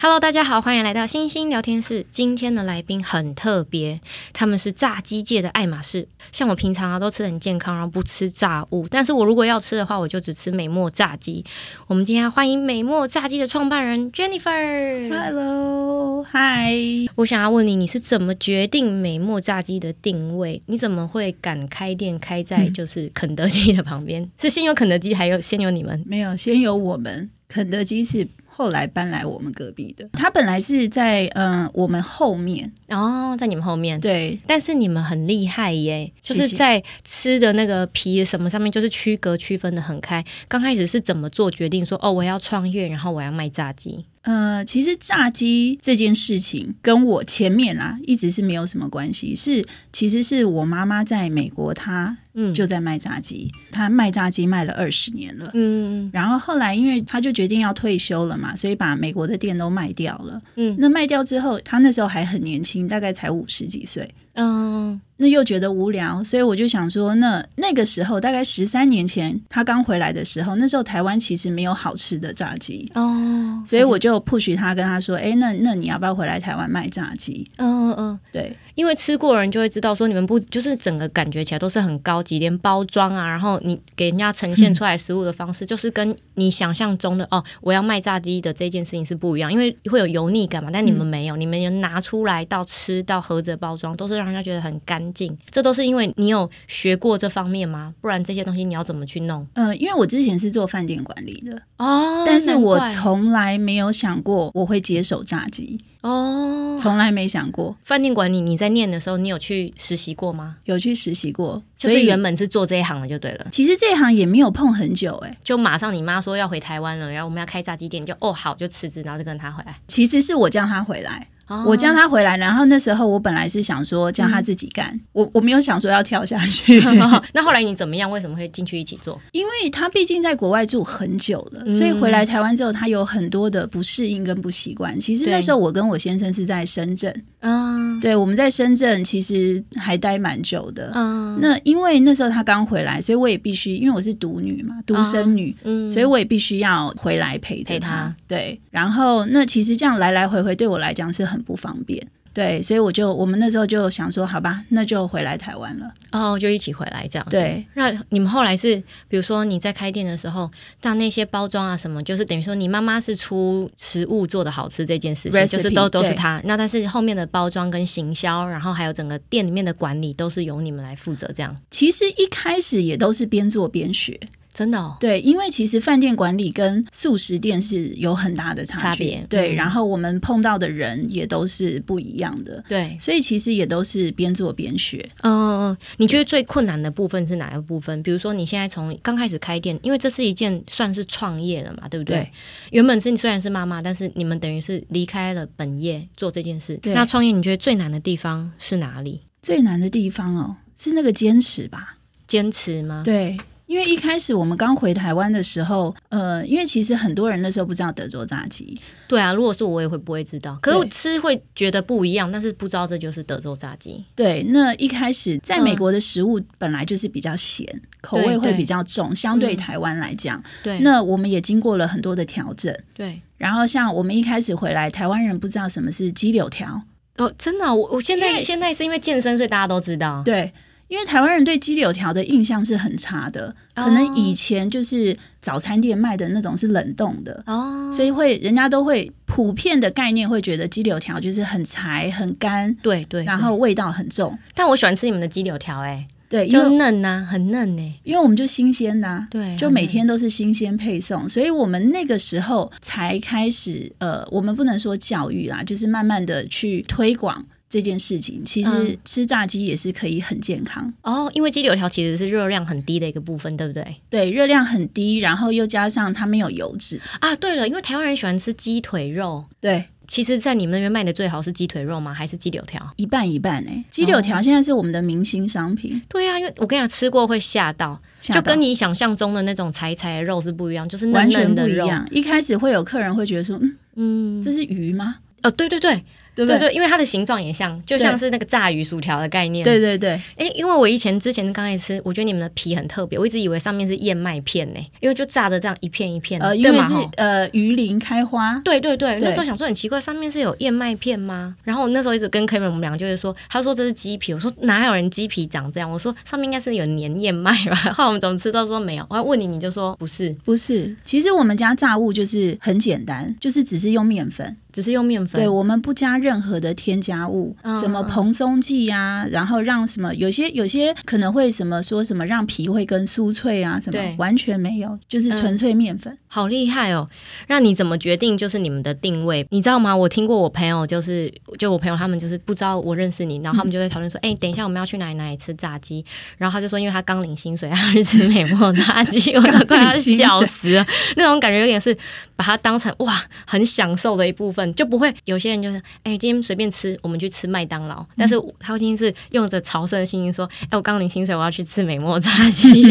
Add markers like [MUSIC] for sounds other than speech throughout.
Hello，大家好，欢迎来到星星聊天室。今天的来宾很特别，他们是炸鸡界的爱马仕。像我平常啊都吃得很健康，然后不吃炸物，但是我如果要吃的话，我就只吃美墨炸鸡。我们今天要欢迎美墨炸鸡的创办人 Jennifer。 Hello，嗨，我想要问你，你是怎么决定美墨炸鸡的定位？你怎么会敢开店开在就是肯德基的旁边？是先有肯德基，还有先有你们？没有，先有我们肯德基是后来搬来我们隔壁的，它本来是在嗯、呃我们后面，哦，在你们后面。对但是你们很厉害耶，就谢是谢在吃的那个皮什么上面，就是区隔区分的很开。刚开始是怎么做决定说哦，我要创业，然后我要卖炸鸡？呃，其实炸鸡这件事情跟我前面啊一直是没有什么关系，是其实是我妈妈在美国，她嗯，就在卖炸鸡，她卖炸鸡卖了二十年了。嗯然后后来，因为她就决定要退休了嘛，所以把美国的店都卖掉了。嗯那卖掉之后，她那时候还很年轻，大概才五十几岁。嗯那又觉得无聊，所以我就想说，那那个时候大概十三年前，他刚回来的时候，那时候台湾其实没有好吃的炸鸡，哦，所以我就 push 他跟他说，哎、那那你要不要回来台湾卖炸鸡？嗯嗯嗯，对因为吃过的人就会知道说你们不就是整个感觉起来都是很高级，连包装啊，然后你给人家呈现出来食物的方式，就是跟你想象中的哦，我要卖炸鸡的这件事情是不一样，因为会有油腻感嘛，但你们没有，你们有拿出来到吃到盒子的包装，都是让人家觉得很干净，这都是因为你有学过这方面吗？不然这些东西你要怎么去弄？呃，因为我之前是做饭店管理的，哦，但是我难怪从来没有想过我会接手炸鸡，哦。从来没想过，饭店管理，你在念的时候，你有去实习过吗？有去实习过，就所是以原本是做这一行的，就对了。其实这一行也没有碰很久、诶，哎，就马上你妈说要回台湾了，然后我们要开炸鸡店，你就哦好就辞职，然后就跟她回来。其实是我叫他回来。哦我 [LAUGHS] 叫他回来，然后那时候我本来是想说叫他自己干，嗯我我没有想说要跳下 [LAUGHS] 去， [LAUGHS] 那后来你怎么样？为什么会进去一起做？ [LAUGHS] 因为他毕竟在国外住很久了，嗯所以回来台湾之后，他有很多的不适应跟不习惯。其实那对时候我跟我先生是在深圳，嗯对，我们在深圳其实还待蛮久的。嗯那因为那时候他刚回来，所以我也必须，因为我是独女嘛，独生女，嗯所以我也必须要回来陪着陪他对，然后那其实这样来来回回对我来讲是很不方便。对，所以我就我们那时候就想说，好吧，那就回来台湾了。哦就一起回来这样子。对，那你们后来是，比如说你在开店的时候，但那些包装啊什么，就是等于说你妈妈是出食物做的好吃这件事情 Recipe，就是都都是对她。那但是后面的包装跟行销，然后还有整个店里面的管理，都是由你们来负责这样。其实一开始也都是边做边学，真的哦，对，因为其实饭店管理跟素食店是有很大的差差距，别嗯对，然后我们碰到的人也都是不一样的，对，所以其实也都是边做边学。嗯，你觉得最困难的部分是哪一个部分？比如说，你现在从刚开始开店，因为这是一件算是创业了嘛，对不对？对原本是你虽然是妈妈，但是你们等于是离开了本业做这件事。对那创业，你觉得最难的地方是哪里？最难的地方哦，是那个坚持吧，坚持吗？对。因为一开始我们刚回台湾的时候，呃，因为其实很多人那时候不知道德州炸鸡，对啊，如果是我，我也会不会知道？可是对我吃会觉得不一样，但是不知道这就是德州炸鸡。对，那一开始在美嗯国的食物本来就是比较咸，口味对会对比较重，相对嗯台湾来讲，对，那我们也经过了很多的调整，对。然后像我们一开始回来，台湾人不知道什么是鸡柳条，哦，真的啊、我我现因在为现在是因为健身，所以大家都知道。对，因为台湾人对鸡柳条的印象是很差的，哦可能以前就是早餐店卖的那种是冷冻的，哦，所以会人家都会普遍的概念会觉得鸡柳条就是很柴、很干，对对。然对后味道很重，但我喜欢吃你们的鸡柳条、欸，对，哎，因就为嫩呐、很嫩呢、因为我们就新鲜呐、对，就很每嫩天都是新鲜配送，所以我们那个时候才开始，呃，我们不能说教育啦，就是慢慢的去推广这件事情。其嗯实吃炸鸡也是可以很健康，哦，因为鸡柳条其实是热量很低的一个部分，对不对？对，热量很低，然后又加上它没有油脂，啊，对了，因为台湾人喜欢吃鸡腿肉，对，其实，在你们那边卖的最好是鸡腿肉吗？还是鸡柳条？一半一半哎、鸡哦柳条现在是我们的明星商品，对啊呀、因为我跟你讲，吃过会吓到，吓就到跟你想象中的那种柴柴的肉是不一样，就是嫩完全嫩不的一肉。样。一开始会有客人会觉得说，嗯，嗯，这是鱼吗？哦，对对对，对不对对？对，因为它的形状也像，就像是那个炸鱼薯条的概念。对对对，哎，因为我以前之前刚开始吃，我觉得你们的皮很特别，我一直以为上面是燕麦片呢、因为就炸的这样一片一片的，呃，因对为吗是吼呃鱼鳞开花，对对对，对那时候想说很奇怪，上面是有燕麦片吗？然后我那时候一直跟 Kevin 我们俩就是说，他说这是鸡皮，我说哪有人鸡皮长这样？我说上面应该是有粘燕麦吧。后来我们怎么吃都说没有，我还问你，你就说不是，不是。其实我们家炸物就是很简单，就是只是用面粉，只是用面粉。对我们不加任何的添加物，嗯什么蓬松剂呀、然后让什么有些有些可能会什么说什么让皮会更酥脆啊，什么对嗯完全没有，就是纯粹面粉。好厉害哦！那你怎么决定就是你们的定位？你知道吗？我听过我朋友就是，就我朋友他们就是不知道我认识你，然后他们就在讨论说，哎、等一下我们要去哪里哪里吃炸鸡？然后他就说，因为他刚领薪水，他去吃美墨炸鸡，我都快要笑死了。那种感觉有点是把它当成哇很享受的一部分，就不会有些人就是，哎、今天随便吃，我们去吃麦当劳。但是他今天是用着朝圣的心情说，哎、我刚领薪水，我要去吃美墨炸鸡。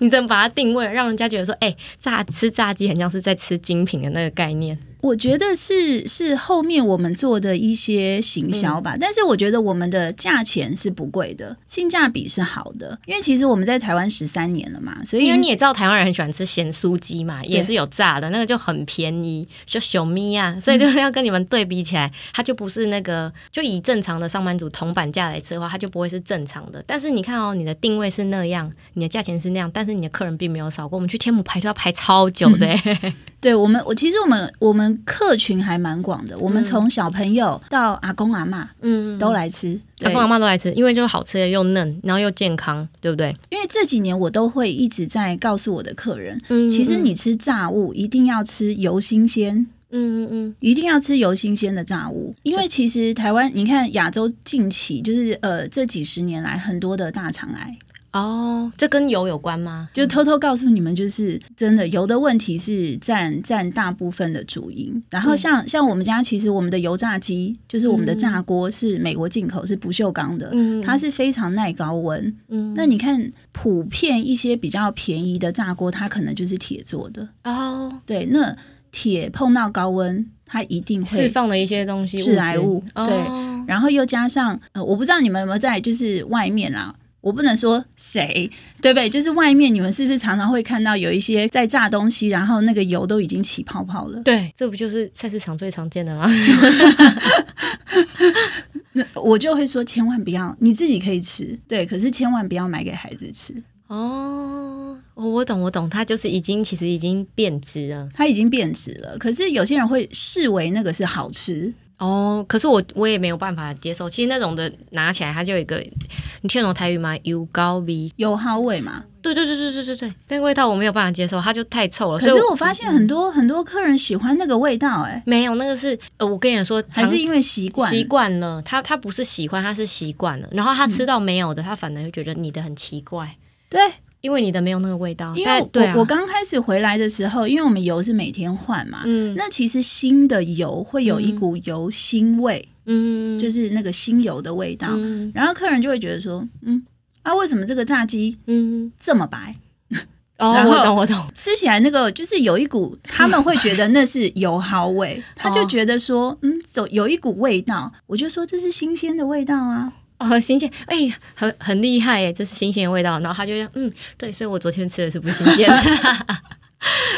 你怎么把它定位了，让人家觉得说，哎、炸吃炸鸡很像是在吃精品的那个概念。我觉得是是后面我们做的一些行销嗯吧，但是我觉得我们的价钱是不贵的，性价比是好的，因为其实我们在台湾十三年了嘛，所以因为你也知道台湾人很喜欢吃咸酥鸡嘛，也是有炸的，那个就很便宜，就小咪啊，所以就是要跟你们对比起来，它就不是那个，就以正常的上班族铜板价来吃的话，它就不会是正常的。但是你看哦，你的定位是那样，你的价钱是那样，但是你的客人并没有少过。我们去天母排队要排超久 [LAUGHS] 的、欸，对我们，我其实我们我们客群还蛮广的，我们从小朋友到阿公阿妈嗯，都来吃，阿对公阿妈都来吃，因为就是好吃的又嫩，然后又健康，对不对？因为这几年我都会一直在告诉我的客人，嗯其实你吃炸物一定要吃油新鲜。嗯嗯嗯，一定要吃油新鲜的炸物，因为其实台湾，你看亚洲近期就是呃这几十年来很多的大肠癌，哦，这跟油有关吗？就偷偷告诉你们，就是真的油的问题是占占大部分的主因。然后像、像我们家，其实我们的油炸鸡，就是我们的炸锅是美国进口，是不锈钢的，嗯它是非常耐高温。嗯那你看，普遍一些比较便宜的炸锅，它可能就是铁做的。哦，对，那铁碰到高温，它一定释会。放了一些东西，致癌物质对哦然后又加上，呃，我不知道你们有没有在就是外面啦、我不能说谁，对不对？就是外面你们是不是常常会看到有一些在炸东西，然后那个油都已经起泡泡了？对，这不就是菜市场最常见的 [LAUGHS] 吗？那我就会说，千万不要，你自己可以吃，对，可是千万不要买给孩子吃，哦，我我懂我懂，它就是已经其实已经变质了。它已经变质了。可是有些人会视为那个是好吃，哦，可是我我也没有办法接受。其实那种的拿起来，它就有一个，你听得懂台语吗？油膏味，油耗味嘛。对对对对对对对，那个味道我没有办法接受，它就太臭了。可哦所以嗯是我发现很多、很多客人喜欢那个味道、哎，没有那个是，呃，我跟你说，还常是因为习惯。习惯了，他他不是喜欢，他是习惯了。然后他吃嗯到没有的，他反而会觉得你的很奇怪，对，因为你的没有那个味道。因为但我、对啊，我刚开始回来的时候，因为我们油是每天换嘛，嗯那其实新的油会有一股油腥味，嗯就是那个新油的味道。嗯然后客人就会觉得说，嗯，啊，为什么这个炸鸡嗯，这么白？哦，然后我懂我懂，吃起来那个就是有一股，他们会觉得那是油 [LAUGHS] 耗哦味，他就觉得说，嗯，走有一股味道。我就说这是新鲜的味道啊，哦，新鲜，哎、很很厉害耶，这是新鲜的味道。然后他就说，嗯，对，所以我昨天吃的是不新 [LAUGHS] 鲜的。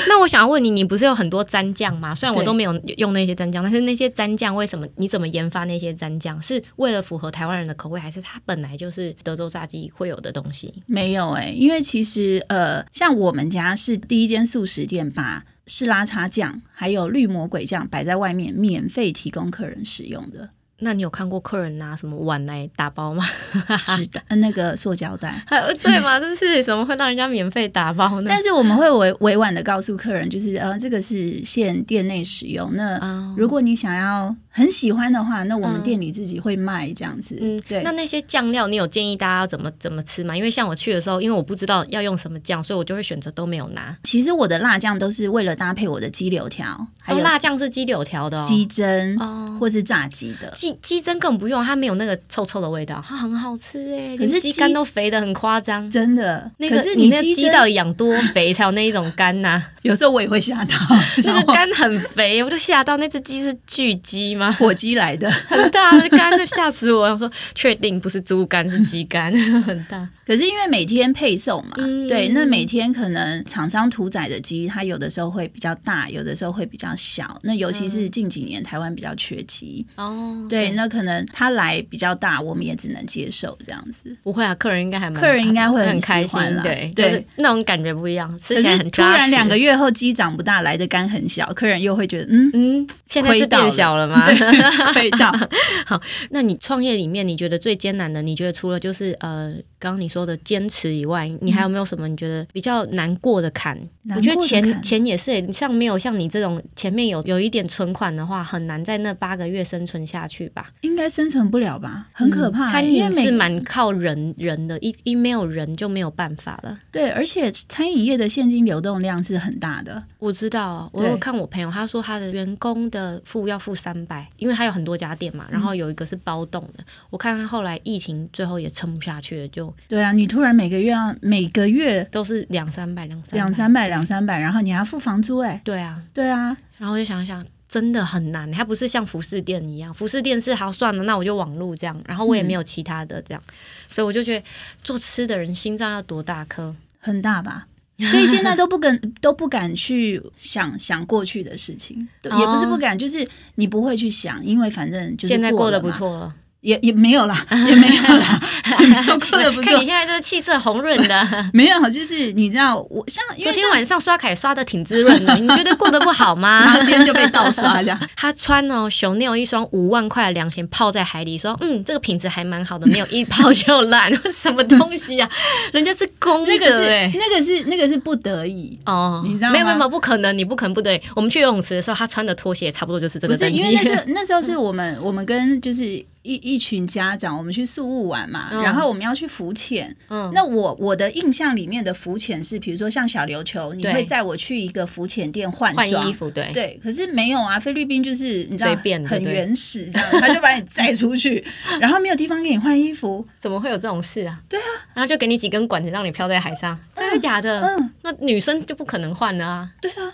那我想要问你，你不是有很多蘸酱吗？虽然我对都没有用那些蘸酱，但是那些蘸酱为什么？你怎么研发那些蘸酱？是为了符合台湾人的口味，还是它本来就是德州炸鸡会有的东西？没有哎、因为其实呃，像我们家是第一间素食店，把是拉茶酱还有绿魔鬼酱摆在外面，免费提供客人使用 [LAUGHS] 的，那你有看过客人拿什么碗来打包吗？ [LAUGHS] 纸袋、呃那个塑胶袋。还有对吗？就是怎么会让人家免费打包呢？但是我们会委委婉的告诉客人，就是呃，这个是限店内使用。那啊、如果你想要很喜欢的话，那我们嗯店里自己会卖这样子。嗯，对那。那些酱料，你有建议大家要怎么怎么吃吗？因为像我去的时候，因为我不知道要用什么酱，所以我就会选择都没有拿。其实我的辣酱都是为了搭配我的鸡柳条，还哦，有辣酱是鸡柳条的哦。鸡胗哦，或是炸鸡的。鸡鸡鸡胗更不用，它没有那个臭臭的味道，它很好吃哎、可是连鸡鸡肝都肥的很夸张。真的。那个可是你你那个鸡胗到底养多肥才有那一种肝呐、 [LAUGHS] 有时候我也会吓到，那然个后肝很肥，我都吓到那只鸡是巨鸡 [LAUGHS] 吗？火鸡来的。很大的肝，就吓死我！我说确定不是猪肝是鸡肝， [LAUGHS] 很大。可是因为每天配送嘛，嗯对，那每天可能厂商屠宰的鸡，它有的时候会比较大，有的时候会比较小。那尤其嗯是近几年台湾比较缺鸡，哦，对，那可能它来比较大，我们也只能接受这样子。不会啊，客人应该还蛮客人应该会很很开喜心欢啦，对，对就是那种感觉不一样，吃可起来是很突扎然实。，两个月后鸡长不大，来的肝很小，客人又会觉得嗯 [LAUGHS] 嗯，现在亏是到变了小了吗？亏到。 [LAUGHS] 那你创业里面，你觉得最艰难的？你觉得除了就是呃，刚刚你说的坚持以外，你还有没有什么你觉得比较难过的坎？难我过的觉得钱坎钱也是耶，像没有像你这种前面有有一点存款的话，很难在那八个月生存下去吧？应该生存不了吧？很可怕、嗯餐因为饮每是蛮靠人人的，一一没有人就没有办法了。对，而且餐饮业的现金流动量是很大的，我知道啊，我对有看我朋友，他说他的员工的付要付三百，因为他有很多家店嘛，然后有一个是包栋的。我看他后来疫情最后也撑不下去了，就对啊，你突然每个月要每个月都是两三百、两三两三百两三百，然后你还要付房租哎、对啊，对啊，然后我就想一想，真的很难。它不是像服饰店一样，服饰店是好算了，那我就网路这样，然后我嗯也没有其他的这样，所以我就觉得做吃的人心脏要多大颗。很大 [LAUGHS] 吧？所以现在都不敢都不敢去想想过去的事情，对也不是哦不敢，就是你不会去想，因为反正就是现在过过得了不嘛，错了，也也没 [LAUGHS] 有啦，也没有啦， [LAUGHS] 都过得不看你现错，在这个气色红润的，没有，就是你知道我像因昨为天晚上刷卡也刷的挺滋润 [LAUGHS] 的，你觉得过得不好然后吗？今天就被盗刷这样， [LAUGHS] 他穿哦熊 l 一双五万块的凉鞋泡在海里，说嗯这个品质还蛮好的，没有一泡就烂， [LAUGHS] 什么东西 [LAUGHS] 啊？人家是公那的个是欸那个是那个是不得已，哦，你知道吗没有没有没有，不可能，你不可能不对。我们去游泳池的时候，他穿的拖鞋也差不多就是这不个是等级嗯因。为那时候那时候是我们我们跟就是一一群家长，我们去宿务玩嘛，嗯然后我们要去浮潜。 [LAUGHS] 嗯，那我我的印象里面的浮潜是，比如说像小琉球，你对会载我去一个浮潜店换换装衣。服对，啊对，可是没有啊，菲律宾就是你知道随便的很对原始这样，他就把 [LAUGHS] 你载出去，然后没有地方给你换衣服，怎么会有这种事啊？对啊，然后就给你几根管子让你飘在海上，真的假的？嗯，那女生就不可能换了啊。对啊，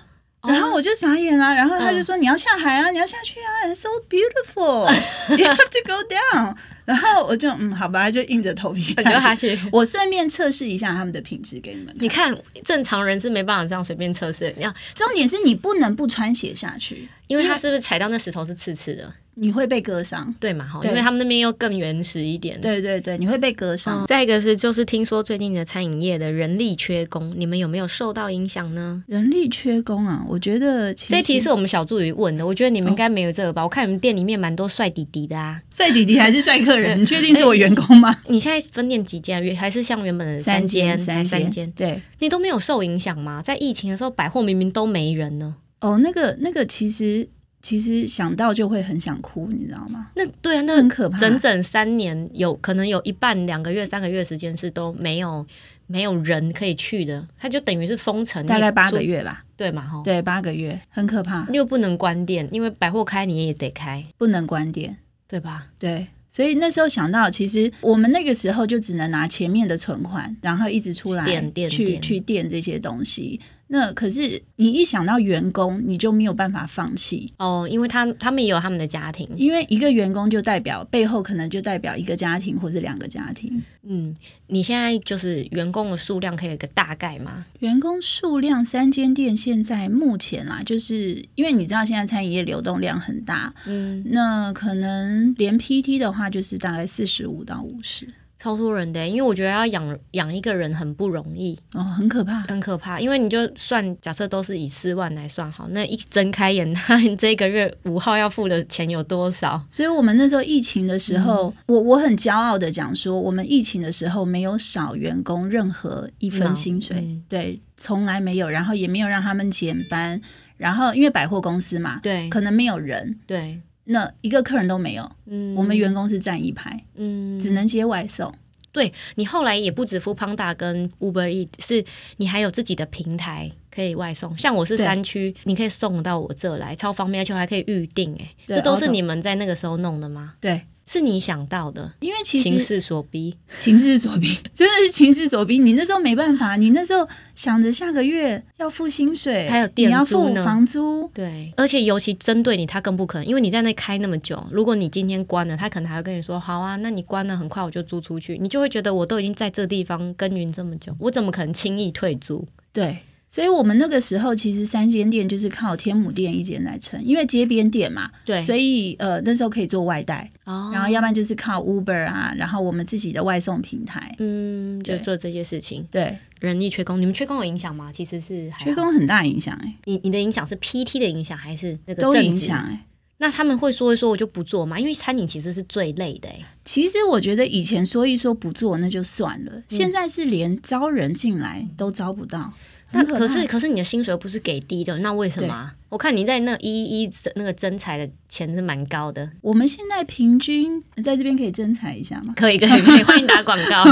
然后我就傻眼啊，然后他就嗯说、你要下海啊，你要下去啊，it's，so [LAUGHS] beautiful，you have to go down。然 [LAUGHS] 后我就嗯，好吧，就硬着头皮我就下下去。去。我顺便测试一下他们的品质给你们看。你看，正常人是没办法这样随便测试的。你看，重点是你不能不穿鞋下去，因为他是不是踩到那石头是刺刺的？你会被割伤。对嘛？哈，对因为他们那边又更原始一点。对对对，你会被割伤。嗯。再一个是，就是听说最近的餐饮业的人力缺工，你们有没有受到影响呢？人力缺工啊，我觉得其实嗯这一题是我们小助理问的，我觉得你们应该没有这个吧？我看你们店里面蛮多帅弟弟的啊。帅弟弟还是帅客人？你确定是我员工吗？你现在分店几间啊？原还是像原本的间？三还 [LAUGHS] 三间，间，对。你都没有受影响吗？在疫情的时候，百货明明都没人呢。哦，那个那个，其实其实想到就会很想哭，你知道吗？那对啊，那很 [LAUGHS] 可怕。整整三年有可能有一半、两个月、三个月时间是都没有没有人可以去的，它就等于是封城，大概八个月月吧，对嘛？哈，对，八个月，很可怕，又不能关店，因为百货开你也得开，不能关店，对吧？对。所以那时候想到，其实我们那个时候就只能拿前面的存款，然后一直出来去垫垫去垫去垫这些东西。那可是你一想到员工，你就没有办法放弃，哦，因为他他们也有他们的家庭，因为一个员工就代表背后可能就代表一个家庭或是两个家庭。嗯，你现在就是员工的数量可以有一个大概吗？员工数量三间店现在目前啦，就是因为你知道现在餐饮业流动量很大，嗯，那可能连 PT 的话就是大概四十五到五十。超多人的，因为我觉得要养养一个人很不容易，哦，很可怕。很可怕。因为你就算假设都是以四万来算好，那一睁开眼， [LAUGHS] 那你这个月五号要付的钱有多少？所以我们那时候疫情的时候，嗯我我很骄傲的讲说，我们疫情的时候没有少员工任何一分薪水，嗯对，从来没有，然后也没有让他们减班，然后因为百货公司嘛，对可能没有人，对，那一个客人都没有，嗯我们员工是站一排，嗯只能接外送。对你后来也不止 Food Panda 跟 Uber E，是你还有自己的平台可以外送。像我是对山区，你可以送到我这来，超方便，而且我还可以预定、哎，对这都是 auto 你们在那个时候弄的吗？对，是你想到的，因为其情实势所逼。情势所逼，真的是情势所逼。你那时候没办法，你那时候想着下个月要付薪水，还有店你要租付呢房租，对，而且尤其针对你，他更不可能，因为你在那开那么久，如果你今天关了，他可能还会跟你说：“好啊，那你关了，很快我就租出去。”你就会觉得我都已经在这地方耕耘这么久，我怎么可能轻易退租？对。所以我们那个时候其实三间店就是靠天母店一间来撑，因为街边店嘛，对，所以以呃那时候可以做外带，哦，然后要不然就是靠 Uber 啊，然后我们自己的外送平台。嗯，就对做这些事情，对，人力缺工，你们缺工有影响吗？其实是还好缺，工很大影响哎、你你的影响是 PT 的影响还是那个都正职影响？哎、那他们会说一说我就不做嘛，因为餐饮其实是最累的、欸，其实我觉得以前说一说不做那就算嗯了，现在是连招人进来都招不到，那很怕可是可是你的薪水又不是给低的，那为什么啊？我看你在那一一那个征才的钱是蛮高的，我们现在平均呃在这边可以征才一下吗？可以 [LAUGHS] 可以可以，欢迎打广 [LAUGHS] 告。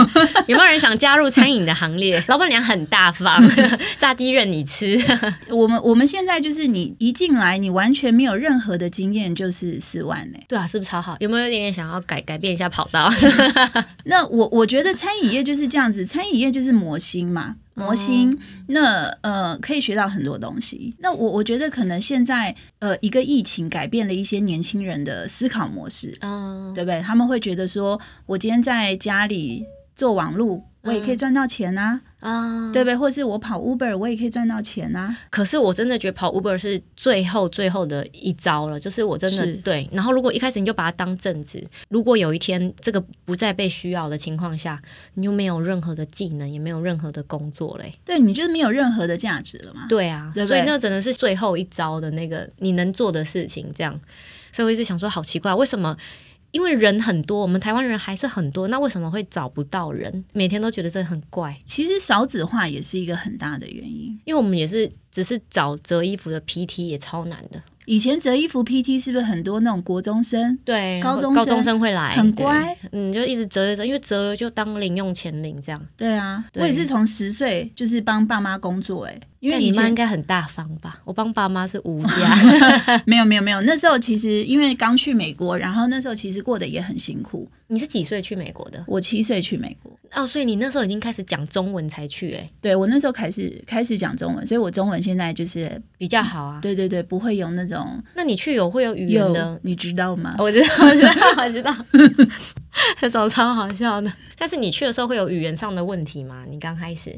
有没有人想加入餐饮的行列？老板娘很大 [LAUGHS] 方，炸鸡任你吃。 [LAUGHS] 我们我们现在就是你一进来，你完全没有任何的经验，就是四万欸呢、对啊，是不是超好？有没有一点点想要改改变一下跑道？ [LAUGHS] 那我我觉得餐饮业就是这样子，餐饮业就是模型嘛，嗯模型。那呃，可以学到很多东西。那我我觉得可能现在呃，一个疫情改变了一些年轻人的思考模式，嗯，对不对？他们会觉得说，我今天在家里做网路。我也可以赚到钱啊，嗯啊、对不对？或是我跑 Uber，我也可以赚到钱啊。可是我真的觉得跑 Uber 是最后最后的一招了，就是我真的是对。然后如果一开始你就把它当正职，如果有一天这个不再被需要的情况下，你就没有任何的技能，也没有任何的工作嘞、对你就是没有任何的价值了嘛。对啊，对不所以对那真的是最后一招的那个你能做的事情，这样。所以我一直想说，好奇怪，为什么？因为人很多，我们台湾人还是很多，那为什么会找不到人？每天都觉得这很怪，其实少子化也是一个很大的原因。因为我们也是只是找折衣服的 PT 也超难的，以前折衣服 PT 是不是很多那种国中生对，高中生高中生会来，很乖？哎对，嗯，就一直折一折，因为折了就当零用钱领这样。对啊，对我也是从十岁就是帮爸妈工作、欸，哎，因为但你以前妈应该很大方吧？我帮爸妈是无家， [LAUGHS] 没有没有没有，那时候其实因为刚去美国，然后那时候其实过得也很辛苦。你是几岁去美国的？我七岁去美国，哦，所以你那时候已经开始讲中文才去、欸，哎，对我那时候开始开始讲中文，所以我中文现在就是比较好啊。对对对，不会有那种那你去有会有语言有的？哦你知道吗？我知道，我知道，我知道， [LAUGHS] 这种超好笑的。但是你去的时候会有语言上的问题吗？你刚开始，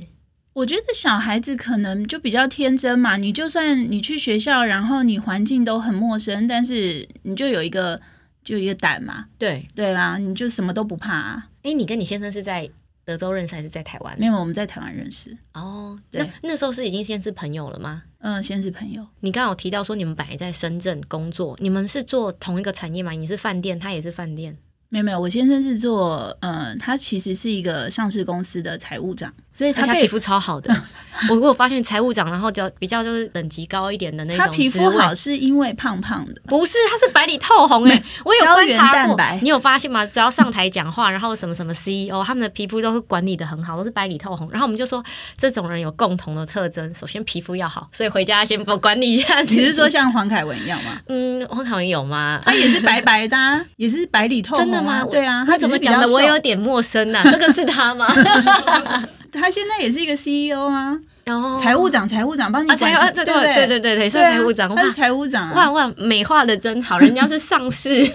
我觉得小孩子可能就比较天真嘛，你就算你去学校，然后你环境都很陌生，但是你就有一个就有一个胆嘛，对，对啊，你就什么都不怕啊。哎，你跟你先生是在德州认识还是在台湾没？有，我们在台湾认识，哦，对那那时候是已经先是朋友了吗？嗯、先是朋友，你刚刚有提到说你们本来在深圳工作，你们是做同一个产业吗？你是饭店，他也是饭店。没有没有，我先生是做，呃，他其实是一个上市公司的财务长，所以而且他他被皮肤超好的， [LAUGHS] 我我有发现财务长，然后就比较就是等级高一点的那种他皮职肤位好是因为胖胖 [LAUGHS] 的，不是，它是白里透红哎、我有观胶原察蛋过白，你有发现吗？只要上台讲话，然后什么什么 CEO，他们的皮肤都是管理的很好，都是白里透红。然后我们就说，这种人有共同的特征，首先皮肤要好，所以回家先帮我管理一下自己。你是说像黄凯文一样吗？嗯，我好像有吗？他也是白白的、啊， [LAUGHS] 也是白里透红、啊，真的吗？对啊，他他怎么只是比较讲的？我瘦有点陌生呐、这个是他 [LAUGHS] 吗？他现在也是一个 CEO 啊，然后财务长，财务长帮你哦啊，管财务财啊这对个不对对对对，对算啊财务长哇他是财务长啊，哇哇，美化的真好，人家是上 [LAUGHS] 市。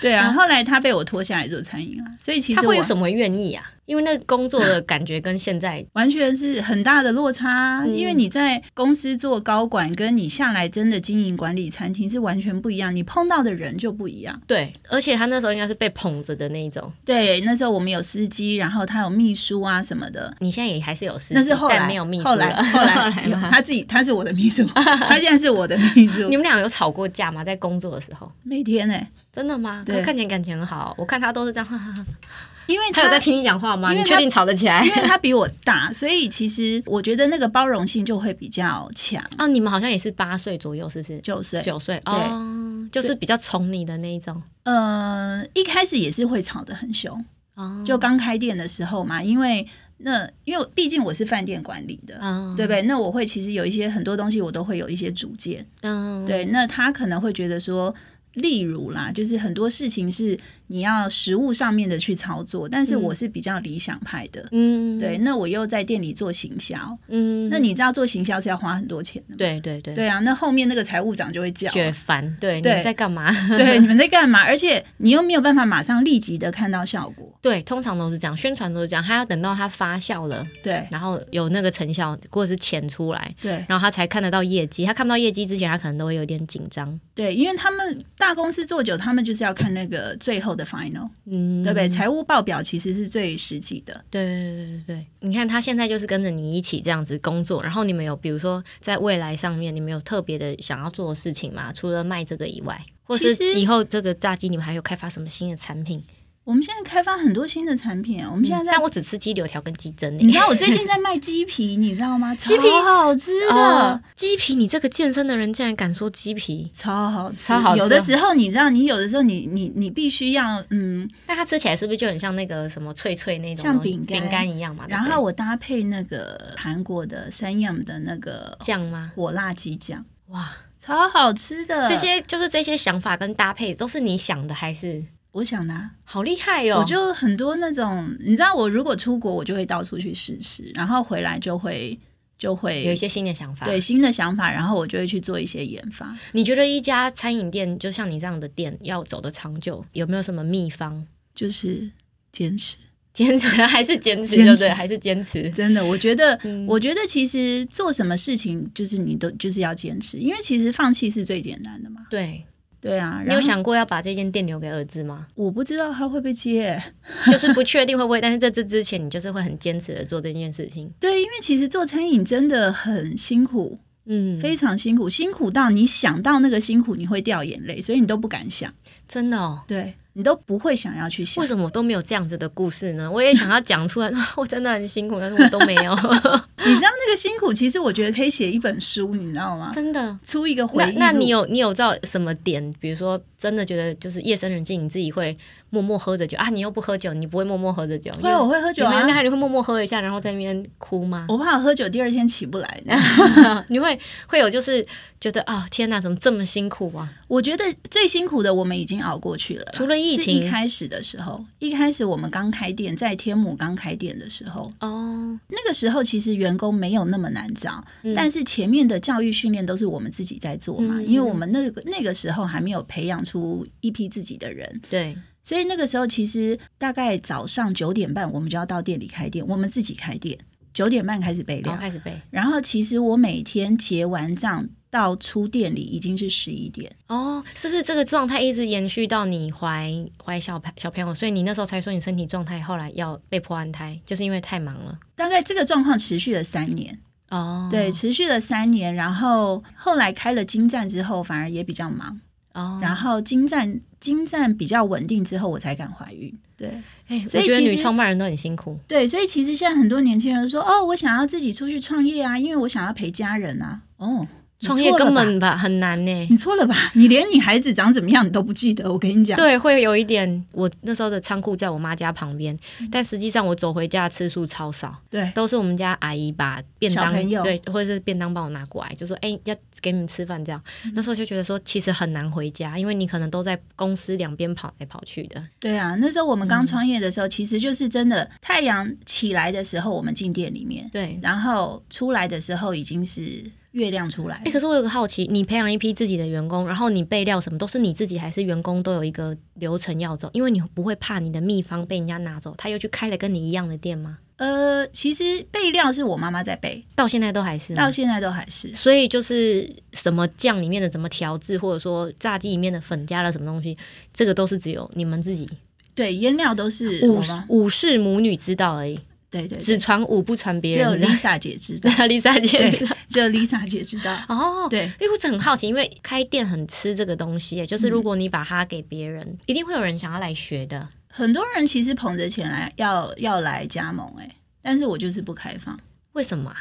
对啊。后来他被我拖下来做餐饮了，啊所以其嗯他实我会有什么愿意啊？因为那个工作的感觉跟现 [LAUGHS] 在完全是很大的落差啊，嗯因为你在公司做高管，跟你下来真的经营管理餐厅是完全不一样，你碰到的人就不一样。对，而且他那时候应该是被捧着的那一种。对，那时候我们有司机，然后他有秘书啊什么的。你现在也还是有司机，那是后来，但没有秘书后来，了后 [LAUGHS] 来后来有吗他自己，他是我的秘书，他现在是我的秘书你。们俩有吵过架吗？在工作的时候？每天呢、真的吗？对他看起来感情很好，我看他都是这样。哈哈哈因为他有在听你讲话吗？因你为确他定吵得起来因？为他比我大，所以其实我觉得那个包容性就会比较强。哦，你们好像也是八岁左右，是不是？九岁，九岁哦，就是比较宠你的那一种。呃，一开始也是会吵得很凶，哦，就刚开店的时候嘛，因为那因为毕竟我是饭店管理的，啊，对不对？那我会其实有一些很多东西我都会有一些主见，嗯，对，那他可能会觉得说。例如啦，就是很多事情是你要实物上面的去操作，但是嗯我是比较理想派的，嗯，对。，那我又在店里做行销，嗯，那你知道做行销是要花很多钱的嘛，对对对，对啊。那后面那个财务长就会叫啊，觉烦，对，你对在干嘛？ [LAUGHS] 对，你们在干嘛？而且你又没有办法马上立即的看到效果，对，通常都是这样，宣传都是这样，他要等到它发酵了，对然后有那个成效或者是钱出来，对然后他才看得到业绩。他看不到业绩之前，他可能都会有点紧张，对，因为他们大公司做久，他们就是要看那个最后的 final，、嗯，对不对？财务报表其实是最实际的，对对对对对，你看他现在就是跟着你一起这样子工作，然后你们有比如说在未来上面，你们有特别的想要做的事情吗？除了卖这个以外，或其是实以后这个炸鸡你们还有开发什么新的产品？我们现在开发很多新的产品，啊我们现在嗯在。但我只吃鸡柳条跟鸡胗呢、你知道我最近在卖鸡皮，你知道吗？鸡皮超好吃的，哦，鸡皮，你这个健身的人竟然敢说鸡皮，超好吃，超好吃有的时候你知道，你有的时候你你你必须要嗯，那它吃起来是不是就很像那个什么脆脆那种像东西饼干饼干一样嘛？然对不后对我搭配那个韩国的三 M 的那个酱吗？火辣鸡酱，哇，超好吃的。这些就是这些想法跟搭配都是你想的，还是我想拿，好厉害哦哟、我就很多那种，你知道，我如果出国，我就会到处去试试，然后回来就会就有一会些新的想法。对新的想法，然后我就会去做一些研发。你觉得一家餐饮店，就像你这样的店，要走的长久，有没有什么秘方？ [LAUGHS] 就是坚持，坚持还是坚持，坚持对不对？还是坚 [LAUGHS] 持？真的，我觉得，嗯我觉得其实做什么事情，就是你都就是要坚持，因为其实放弃是最简单的嘛。对对啊，你然有后？想过要把这间店留给儿子吗 [LAUGHS] 我不知道他会不会接，就是不确定会不会，但是在这之前，你就是会很坚持的做这件事情。对，因为其实做餐饮真的很辛苦，嗯，非常辛苦，辛苦到你想到那个辛苦，你会掉眼泪，所以你都不敢想，真的哦。对你都不会想要去想为。什么都没有这样子的故事呢？我也想要讲出来， [LAUGHS] 我真的很辛苦，但是我都没有， [LAUGHS] 你知道那个辛苦，其实我觉得可以写一本书，你知道吗？真的。出一个回那忆录那你有你有到什么点？比如说，真的觉得就是夜深人静，你自己会默默喝着酒啊？你又不喝酒，你不会默默喝着酒？会我会喝喝酒啊，那你会默默喝一下，然后在那边哭吗？我怕我喝酒第二天起不来。 [LAUGHS] 你会会有就是觉得啊、天哪，怎么这么辛苦啊？我觉得最辛苦的我们已经熬过去了啦，除了疫是情一开始的时候，一开始我们刚开店，在天母刚开店的时候，哦，那个时候其实员工没有那么难找，嗯但是前面的教育训练都是我们自己在做嘛，嗯因为我们那个那个时候还没有培养出一批自己的人，对，所以那个时候其实大概早上九点半，我们就要到店里开店，我们自己开店，九点半开始备料。然后开始背然后其实我每天结完账到出店里已经是十一点，哦，是不是这个状态一直延续到你怀怀小朋小朋友？所以你那时候才说你身体状态后来要被迫安胎，就是因为太忙了。大概这个状况持续了三年，哦，对，持续了三年。然后后来开了金站之后，反而也比较忙。哦，然后金站金站比较稳定之后，我才敢怀孕。对哎，我所以觉得其女实创办人都很辛苦。对，所以其实现在很多年轻人都说：“哦，我想要自己出去创业啊，因为我想要陪家人啊。”哦，你创业错了根吧本吧很难呢， [LAUGHS] 你错了吧？你连你孩子长怎么样你都不记得，我跟你讲。对，会有一点。我那时候的仓库在我妈家旁边，但实际上我走回家的次数超少，嗯对都是我们家阿姨把便小当朋友对，或者是便当帮我拿过来，就说：“哎、要给你们吃饭。”这样，嗯那时候就觉得说，其实很难回家，因为你可能都在公司两边跑来跑去的。对啊，那时候我们刚创业的时候，其实就是真的太阳起来的时候，我们进店里面，对，然后出来的时候已经是月亮出来哎、可是我有个好奇，你培养一批自己的员工，然后你备料什么都是你自己，还是员工都有一个流程要走？因为你不会怕你的秘方被人家拿走，他又去开了跟你一样的店吗？呃，其实备料是我妈妈在备，到现在都还是吗到现在都还是。所以就是什么酱里面的怎么调制，或者说炸鸡里面的粉加了什么东西，这个都是只有你们自己对，腌料都是武我妈。武士母女知道而已，对对，只对传武不传别只有人。 [LAUGHS] Lisa 姐知道，丽莎姐对知道，只有 Lisa 姐知道。 [LAUGHS] 哦。对，因为我真的很好奇，因为开店很吃这个东西耶，就是如果你把它给别人，一定会有人想要来学的。很多人其实捧着钱来要要来加盟、哎，但是我就是不开放，为什么啊、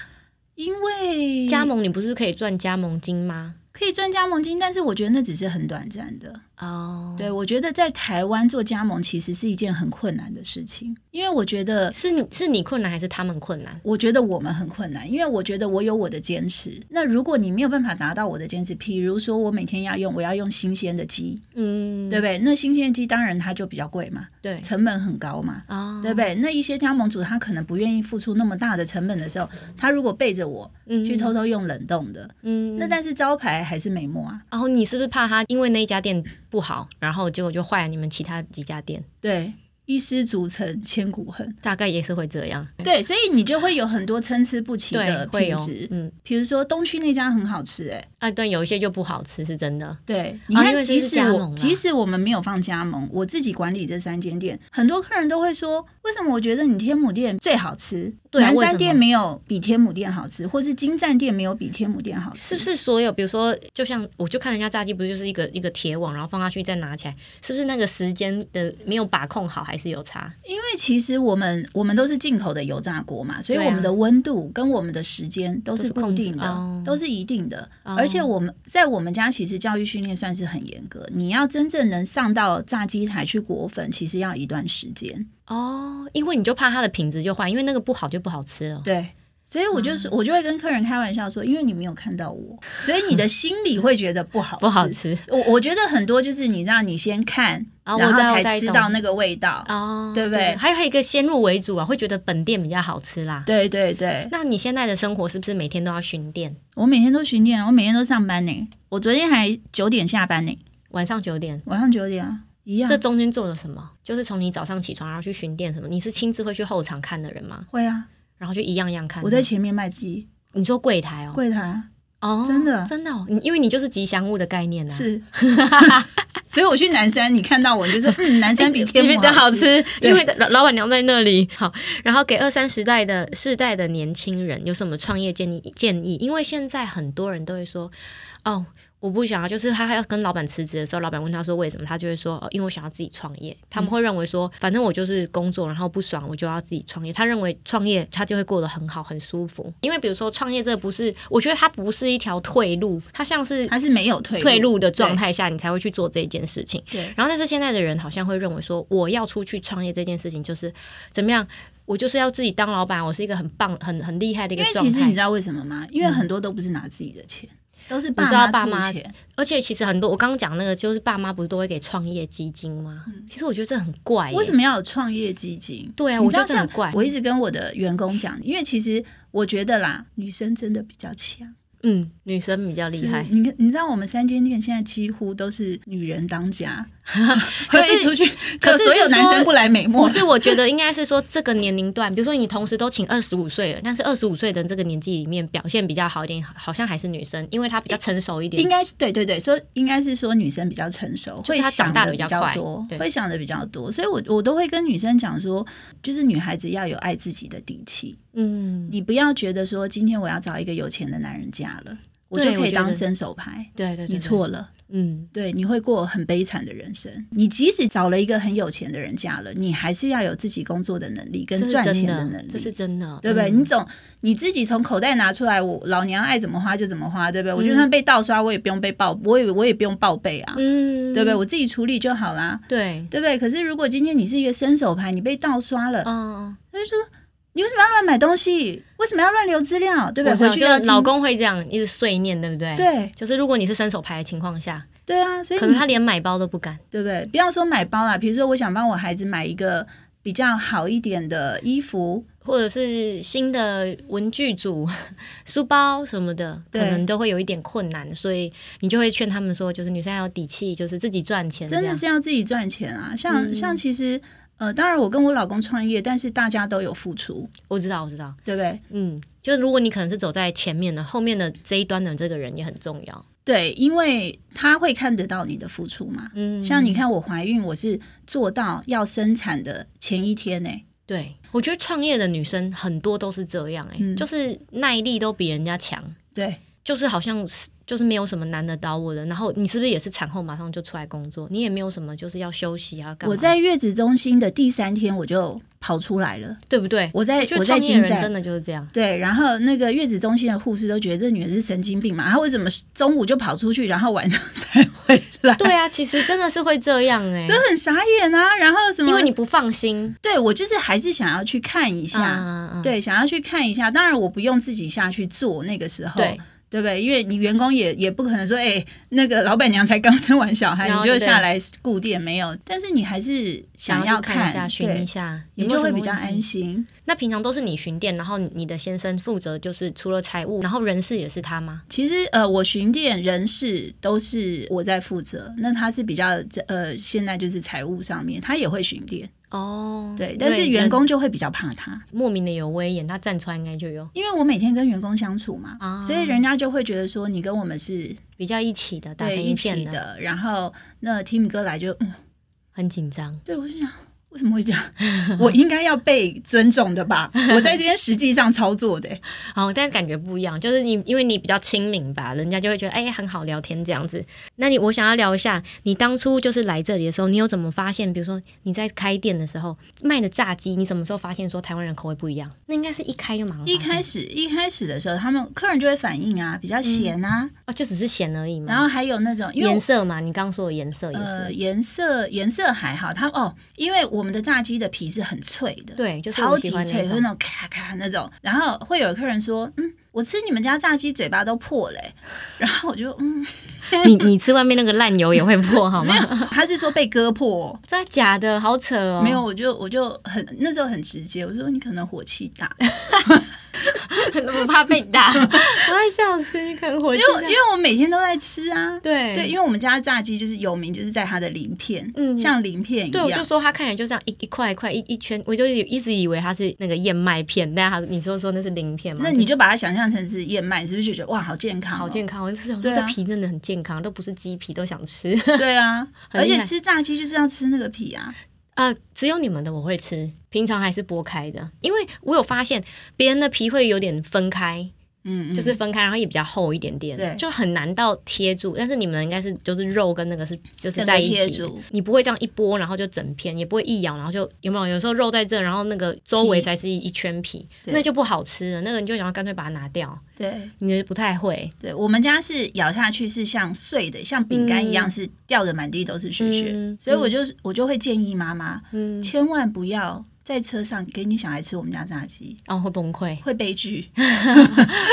因为嗯加盟你不是可以赚加盟金吗？可以赚加盟金，但是我觉得那只是很短暂的。哦，对，我觉得在台湾做加盟其实是一件很困难的事情，因为我觉得是你是你困难还是他们困难？我觉得我们很困难，因为我觉得我有我的坚持。那如果你没有办法达到我的坚持，譬如说我每天要用，我要用新鲜的鸡，嗯，对不对？那新鲜的鸡当然它就比较贵嘛，对成本很高嘛，啊，对不对？那一些加盟主他可能不愿意付出那么大的成本的时候，他如果背着我嗯去偷偷用冷冻的，嗯，那但是招牌还是美墨啊。然后你是不是怕他因为那一家店不好，然后结果就坏了你们其他几家店？对，一失足成千古恨。大概也是会这样，对，所以你就会有很多参差不齐对，的会品有质，。嗯比如说东区那家很好吃、哎，啊，对，有一些就不好吃，是真的。对，你啊因看，为这即是使加我盟啦啊即使我们没有放加盟，我自己管理这三间店，很多客人都会说，为什么我觉得你天母店最好吃，对啊南为什山么店没有比天母店好吃，或是金站店没有比天母店好是吃？不是所有，比如说，就像我就看人家炸鸡，不就是一个一个铁网，然后放下去再拿起来，是不是那个时间的没有把控好，还是有差？因为其实我们我们都是进口的油炸锅嘛，所以对啊我们的温度跟我们的时间都都是是控固制定的，哦都是一定的。而且我们在我们家其实教育训练算是很严格，你要真正能上到炸鸡台去裹粉，其实要一段时间。哦，因为你就怕它的品质就坏，因为那个不好就不好吃哦了。对。所以我嗯就是、我就会跟客人开玩笑说，因为你没有看到我，所以你的心里会觉得不好不好吃。我我觉得很多就是你让你先看，啊然我后知道我才在吃懂到那个味道。哦，对不对还有还有一个先入为主啊，会觉得本店比较好吃啦。对对对，那你现在的生活是不是每天都要巡店？我每天都巡店，我每天都上班呢。我昨天还九点下班呢，晚上九点，晚上九点啊，一样这。中间做了什么？就是从你早上起床，然后去巡店什么？你是亲自会去后场看的人吗？会啊，然后就一样样看。我在前面卖鸡，你说柜台哦，柜台啊哦，真的真的、哦，你因为你就是吉祥物的概念呢、啊。 [LAUGHS] 是。所以我去南山，你看到我你就说，嗯，南山 [LAUGHS] 比天母的好吃。吃，对因为老老板娘在那里。好，然后给二三十代的世代的年轻人有什么创业建议？建议，因为现在很多人都会说，哦，我不想要，就是他还要跟老板辞职的时候，老板问他说为什么，他就会说，哦，因为我想要自己创业。他嗯们会认为说，反正我就是工作，然后不爽我就要自己创业。他认为创业他就会过得很好，很舒服。因为比如说创业这不是，我觉得它不是一条退路，它像是它是没有退退路的状态下，你才会去做这件事情。对然后，但是现在的人好像会认为说，我要出去创业这件事情就是怎么样，我就是要自己当老板，我是一个很棒、很很厉害的一因个为状其实你态嗯知。道为什么吗？因为很多都不是拿自己的钱，都是我知道爸爸妈出钱。而且其实很多，我刚刚讲那个，就是爸妈不是都会给创业基金吗？其实我觉得这很怪、嗯为什么？么要有创业基金？对啊，你我知觉道得这像很怪。我一直跟我的员工讲，因为其实我觉得啦，女生真的比较强。嗯，女生比较厉害是。你你知道我们三间店现在几乎都是女人 [LAUGHS] 当家，可是会出去，可就是所有是男说生不来美墨不了，是，我觉得应该是说这个年龄段，比如说你同时都请二十五岁了，但是二十五岁的这个年纪里面表现比较好一点，好像还是女生，因为她比较成熟一点应。该是对对对，说应该是说女生比较成熟，就是会她想长大得得比较较快多，对会想的比较多，所以我我都会跟女生讲说，就是女孩子要有爱自己的底气，嗯，你不要觉得说今天我要找一个有钱的男人嫁了，我就对可我以觉当得伸手牌，对对对，你对，错了。嗯，对，你会过很悲惨的人生。你即使找了一个很有钱的人嫁了，你还是要有自己工作的能力这跟是赚钱真的的能力，这是真的，对不对？嗯你总你自己从口袋拿出来，我老娘爱怎么花就怎么花，对不对？嗯我就算被盗刷，我也不用被报，我也我也不用报备啊，嗯，对不对？我自己处理就好啦，对，对不对？可是如果今天你是一个伸手牌，你被盗刷了，嗯，他就说你为什么要乱买东西？为什么要乱留资料？对不我对？知道回去就要是听老公会这样一直碎念，对不对？，对就是如果你是伸手牌的情况下，对啊，所以可你能他连买包都不敢。对不对？不要说买包啦，比如说我想帮我孩子买一个比较好一点的衣服，或者是新的文具组、 [LAUGHS] 书包什么的，可对能都会有一点困难，所以你就会劝他们说，就是女生要有底气，就是自己赚钱这真样。的是要自己赚钱啊。像、嗯像其实呃，当然我跟我老公创业，但是大家都有付出，我知道，我知道，对不对？嗯，就是如果你可能是走在前面的，后面的这一端的这个人也很重要。对，因为他会看得到你的付出嘛。嗯，像你看我怀孕，我是做到要生产的前一天呢、对，我觉得创业的女生很多都是这样、欸，哎、嗯就是耐力都比人家强，对就是好像是就是没有什么难得倒我的。然后你是不是也是产后马上就出来工作？你也没有什么就是要休息啊，干嘛？我在月子中心的第三天我就跑出来了，对不对？我在我觉我得在创业金人站真的就是这样。对，然后那个月子中心的护士都觉得这女人是神经病嘛，她为什么中午就跑出去，然后晚上才回来，对啊，其实真的是会这样 [LAUGHS] 哎、都很傻眼啊。然后什么？因为你不放心对我就是还是想要去看一下，啊，嗯嗯对，想要去看一下。当然我不用自己下去做，那个时候。对对不对？因为你员工也也不可能说，哎、那个老板娘才刚生完小孩，然你后就就对下来顾店没有？但是你还是想要去看一下，寻一对，下，有你没有就什会么比较问题安。心。那平常都是你巡店，然后你的先生负责就是除了财务，然后人事也是他吗？其实呃，我巡店人事都是我在负责，那他是比较呃，现在就是财务上面，他也会巡店，哦，对，但是员工就会比较怕他。那莫名的有威严，他站出来应该就有因为我每天跟员工相处嘛，啊所以人家就会觉得说你跟我们是比较一起的，打成对一片起的，的，然后那 Tim 哥来就嗯，很紧张。对我就想。为什么会这样？我应该要被尊重的吧？我在这边实际上操作的、好，但是感觉不一样，就是你因为你比较亲民吧，人家就会觉得哎、很好聊天这样子。那你我想要聊一下，你当初就是来这里的时候，你有怎么发现？比如说你在开店的时候卖的炸鸡，你什么时候发现说台湾人口味不一样？那应该是一开就马上一发现开始一开始的时候，他们客人就会反映啊，比较咸啊，哦，就只是咸而已嘛。然后还有那种因为颜色嘛，你刚说的颜色也是，呃颜色颜色还好，它哦，因为我们的炸鸡的皮是很脆的，对就是超我级喜欢那脆，种就是那种咔咔那种。然后会有客人说，嗯，我吃你们家炸鸡嘴巴都破了欸、 [LAUGHS] 然后我就嗯， [LAUGHS] 你你吃外面那个烂油也会破好 [LAUGHS] 吗？他是说被割破哦、真的假的？好扯哦！没有，，我就我就很那时候很直接，我说你可能火气大， [LAUGHS] 我怕被打， [LAUGHS] 我在笑死，你看火气因为因为我每天都在吃啊。对对，因为我们家的炸鸡就是有名，就是在它的鳞片，嗯像鳞片一对，我就样。说它看起来就这样一一块一块一一圈，我就一直以为它是那个燕麦片，但它你说说那是鳞片嘛？那你就就把它想象成是燕麦，你是不是就觉得哇，好健康、哦好健康，我就是想说对这啊皮真的很健康，都不是鸡皮，都想吃。 [LAUGHS] 康？ [LAUGHS] 对啊，很而厉且害吃炸鸡就是要吃那个皮啊。呃，只有你们的我会吃，平常还是剥开的，因为我有发现别人的皮会有点分开，嗯，就是分开，然后也比较厚一点点，对就很难到贴住。但是你们应该是就是肉跟那个是就是在一整个贴起的住，你不会这样一剥然后就整片，也不会一咬然后就有没有？有时候肉在这，然后那个周围皮才是一一圈皮，对那就不好吃了。那个你就想要干脆把它拿掉，对你就不太会。对，我们家是咬下去是像碎的，像饼干一样嗯是掉的满地都是屑屑，嗯所以我就是我就会建议妈妈，嗯，千万不要在车上给你小孩吃我们家炸鸡，，然后哦会崩溃会悲剧，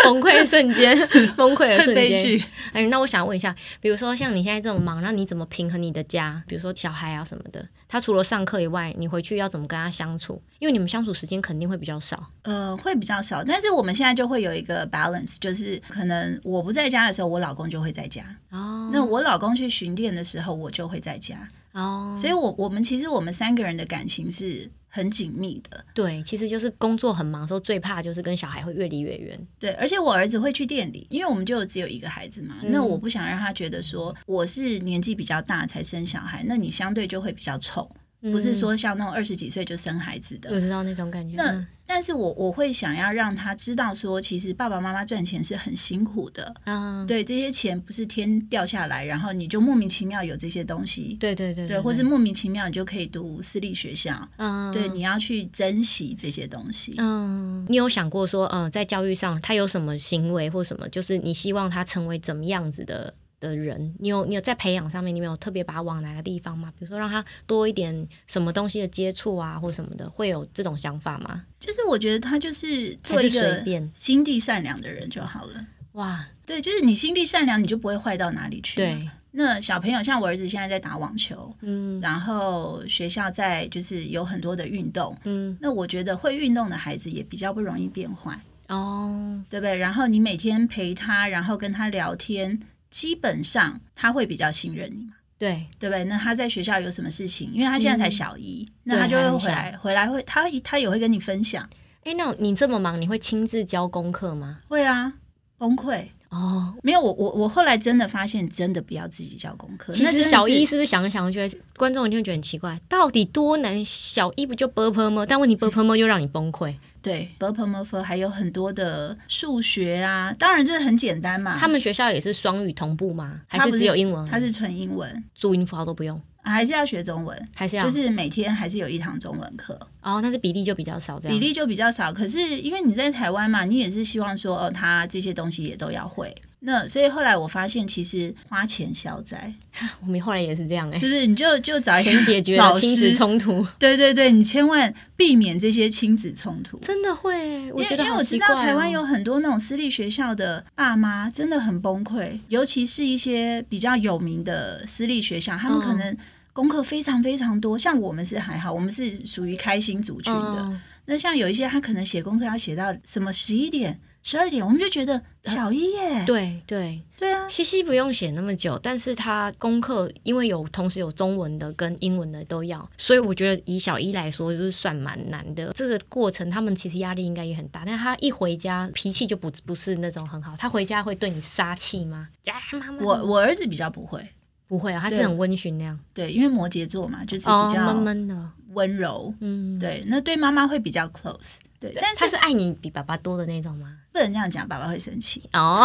崩溃的瞬 [LAUGHS] 间，崩溃的会 [LAUGHS] 瞬悲间。剧。哎，那我想问一下，比如说像你现在这么忙，那你怎么平衡你的家？比如说小孩啊什么的，他除了上课以外，你回去要怎么跟他相处？因为你们相处时间肯定会比较少。 [LAUGHS] 呃，会比较少，但是我们现在就会有一个 balance，就是可能我不在家的时候，我老公就会在家；哦，那我老公去巡店的时候，我就会在家。哦，所以我我们其实我们三个人的感情是很紧密的，对，其实就是工作很忙的时候，最怕就是跟小孩会越离越远。对，而且我儿子会去店里，因为我们就只有一个孩子嘛，那嗯我不想让他觉得说我是年纪比较大才生小孩，那你相对就会比较丑，不嗯是说像那种二十几岁就生孩子的。我嗯知道那种感觉。那嗯但是我我会想要让他知道说，其实爸爸妈妈赚钱是很辛苦的，啊，对，这些钱不是天掉下来，然后你就莫名其妙有这些东西，对对嗯对对，或是莫名其妙你就可以读私立学校，嗯，对，你要去珍惜这些东西。嗯，你有想过说，嗯、在教育上他有什么行为或什么，就是你希望他成为怎么样子的的人？你有你有在培养上面，你们有特别把他往哪个地方吗？比如说让他多一点什么东西的接触啊，或什么的，会有这种想法吗？就是我觉得他就是还做是一随个便？心地善良的人就好了。哇，对，就是你心地善良，你就不会坏到哪里去。，对，那小朋友像我儿子现在在打网球，嗯然后学校在就是有很多的运动。嗯，那我觉得会运动的孩子也比较不容易变坏，哦，对不对？然后你每天陪他，然后跟他聊天，基本上他会比较信任你嘛，对，对不对？那他在学校有什么事情，因为他现在才小一，那他就嗯对会还很回来，回来会他他也会跟你分享，哎，那你这么忙，你会亲自教功课吗？会啊，崩溃。哦，没有，我我我后来真的发现，真的不要自己教功课。其那真实的是小一是不是想一想，觉得观众一定会觉得很奇怪，到底多难？小一不就 b u r p 吗？但问题 b u r p 吗又让你崩溃。对 b u r p l e m u r p h 还有很多的数学啊，当然这很简单嘛。他们学校也是双语同步吗？还嗯他不是是只有英文？它是纯英文，注音符号都不用？啊还是要学中文，还是要？就是每天还是有一堂中文课，哦，但是比例就比较少，这样比例就比较少。可是因为你在台湾嘛，你也是希望说哦，他这些东西也都要会。那所以后来我发现，其实花钱消灾，我们后来也是这样哎、是不是？你就就找一钱个解决老了亲子师，冲突， [LAUGHS] 对对对，你千万避免这些亲子冲突。真的会，我因觉为得因为好我奇知怪、道哦。台湾有很多那种私立学校的爸妈真的很崩溃，尤其是一些比较有名的私立学校，他们可嗯能功课非常非常多。像我们是还好，我们是属于开心族群的。嗯那像有一些他可能写功课要写到什么十一点、十二点，我们就觉得呃小一耶，对对，对啊，西西不用写那么久，但是他功课因为有同时有中文的跟英文的都要，所以我觉得以小一来说就是算蛮难的。这个过程他们其实压力应该也很大，但他一回家脾气就不不是那种很好。他回家会对你撒气吗？啊，妈妈，我我儿子比较不会，不会啊，他是对很温驯那样，对，因为摩羯座嘛，就是哦比，闷较闷的，温柔，嗯，。对，那对妈妈会比较 close，对，但他是是爱你比爸爸多的那种吗？不能这样讲，爸爸会生气。哦，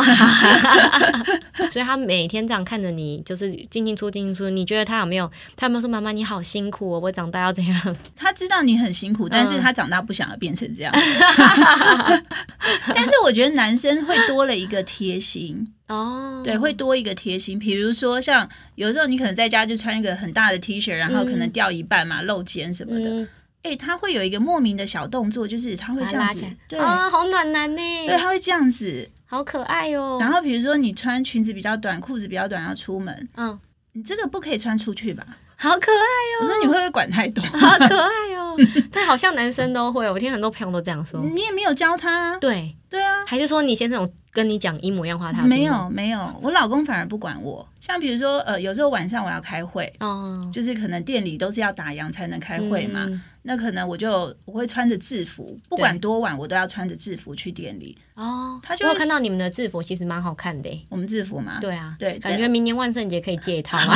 [LAUGHS] 所以他每天这样看着你，就是进进出进进出，你觉得他有没有？他有没有说妈妈你好辛苦哦，我长大要怎样？他知道你很辛苦，但嗯是他长大不想要变成 [LAUGHS] 这样。但是我觉得男生会多了一个贴心，哦，对，会多一个贴心。比如说像有时候你可能在家就穿一个很大的 T 恤，然后可能掉一半嘛，露肩什么的。嗯，哎、他会有一个莫名的小动作，就是他会把这它样拉子起来，，对。啊，好暖男呢，对，他会这样子。好可爱哦。然后比如说你穿裙子比较短，裤子比较短要出门，嗯，你这个不可以穿出去吧？好可爱我说你会不会管太多？哦，好可爱 [LAUGHS] 哦。但好像男生都会，我听很多朋友都这样说。你也没有教他啊。对，对啊，还是说你先生有跟你讲一模一样话，他没听吗？有没有，我老公反而不管我。像比如说，呃，有时候晚上我要开会，哦，就是可能店里都是要打烊才能开会嘛，嗯那可能我就我会穿着制服，不管多晚我都要穿着制服去店里。哦，他就我会有看到你们的制服其实蛮好看的耶。欸我们制服嘛，对啊，对感对觉明年万圣节可以借一 [LAUGHS] 套嘛，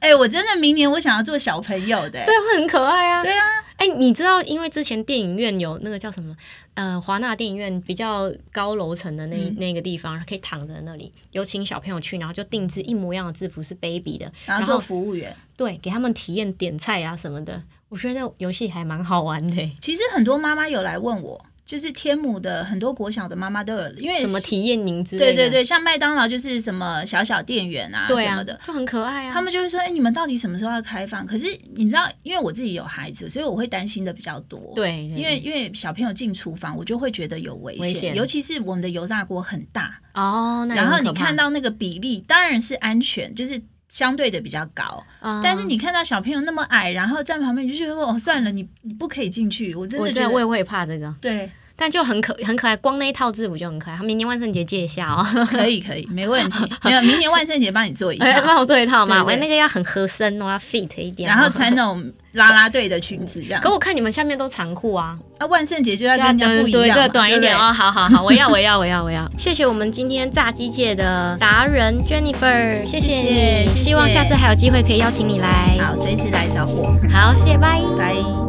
哎、我真的明年我想要做小朋友的、这样会很可爱啊。对啊，哎、你知道，因为之前电影院有那个叫什么，呃，华纳电影院比较高楼层的那、嗯那个地方，可以躺着那里，有请小朋友去，然后就定制一模一样的制服，是 baby 的，然后做服务员。对，给他们体验点菜啊什么的。我觉得游戏还蛮好玩的、欸其实很多妈妈有来问我，就是天母的很多国小的妈妈都有，因为什么体验啊营之类哎对的，对对，像麦当劳就是什么小小店员啊对什啊么的，，就很可爱啊。他们就会说：“哎、你们到底什么时候要开放？”可是你知道，因为我自己有孩子，所以我会担心的比较多。，对，对因为因为小朋友进厨房，我就会觉得有危危险，险尤其是我们的油炸锅很大，哦，那也然后很你可怕看，到那个比例，当然是安全，就是。相对的比较高，嗯但是你看到小朋友那么矮，然后站旁边，你就觉得哦，算了，你你不可以进去。我真我的真的觉得我也会怕这个，对，但就很可很可爱，光那一套制服就很可爱。他明年万圣节借一下哦。可以可以，没问 [LAUGHS] 题。没有，明年万圣节帮你做一哎，套，帮我做一套嘛，对对我那个要很合身哦，要 fit 一点哦，然后穿那种啦啦队的裙子这样可。我看你们下面都长裤啊，啊，万圣节就要对跟人家不一样嘛，对，短一不点哦。好好好，我要我要我要我要。谢谢我们今天炸鸡界的达人 Jennifer，谢谢谢谢你，谢谢希望下次还有机会可以邀请你来。好，随时来找我，好，谢谢，拜。拜。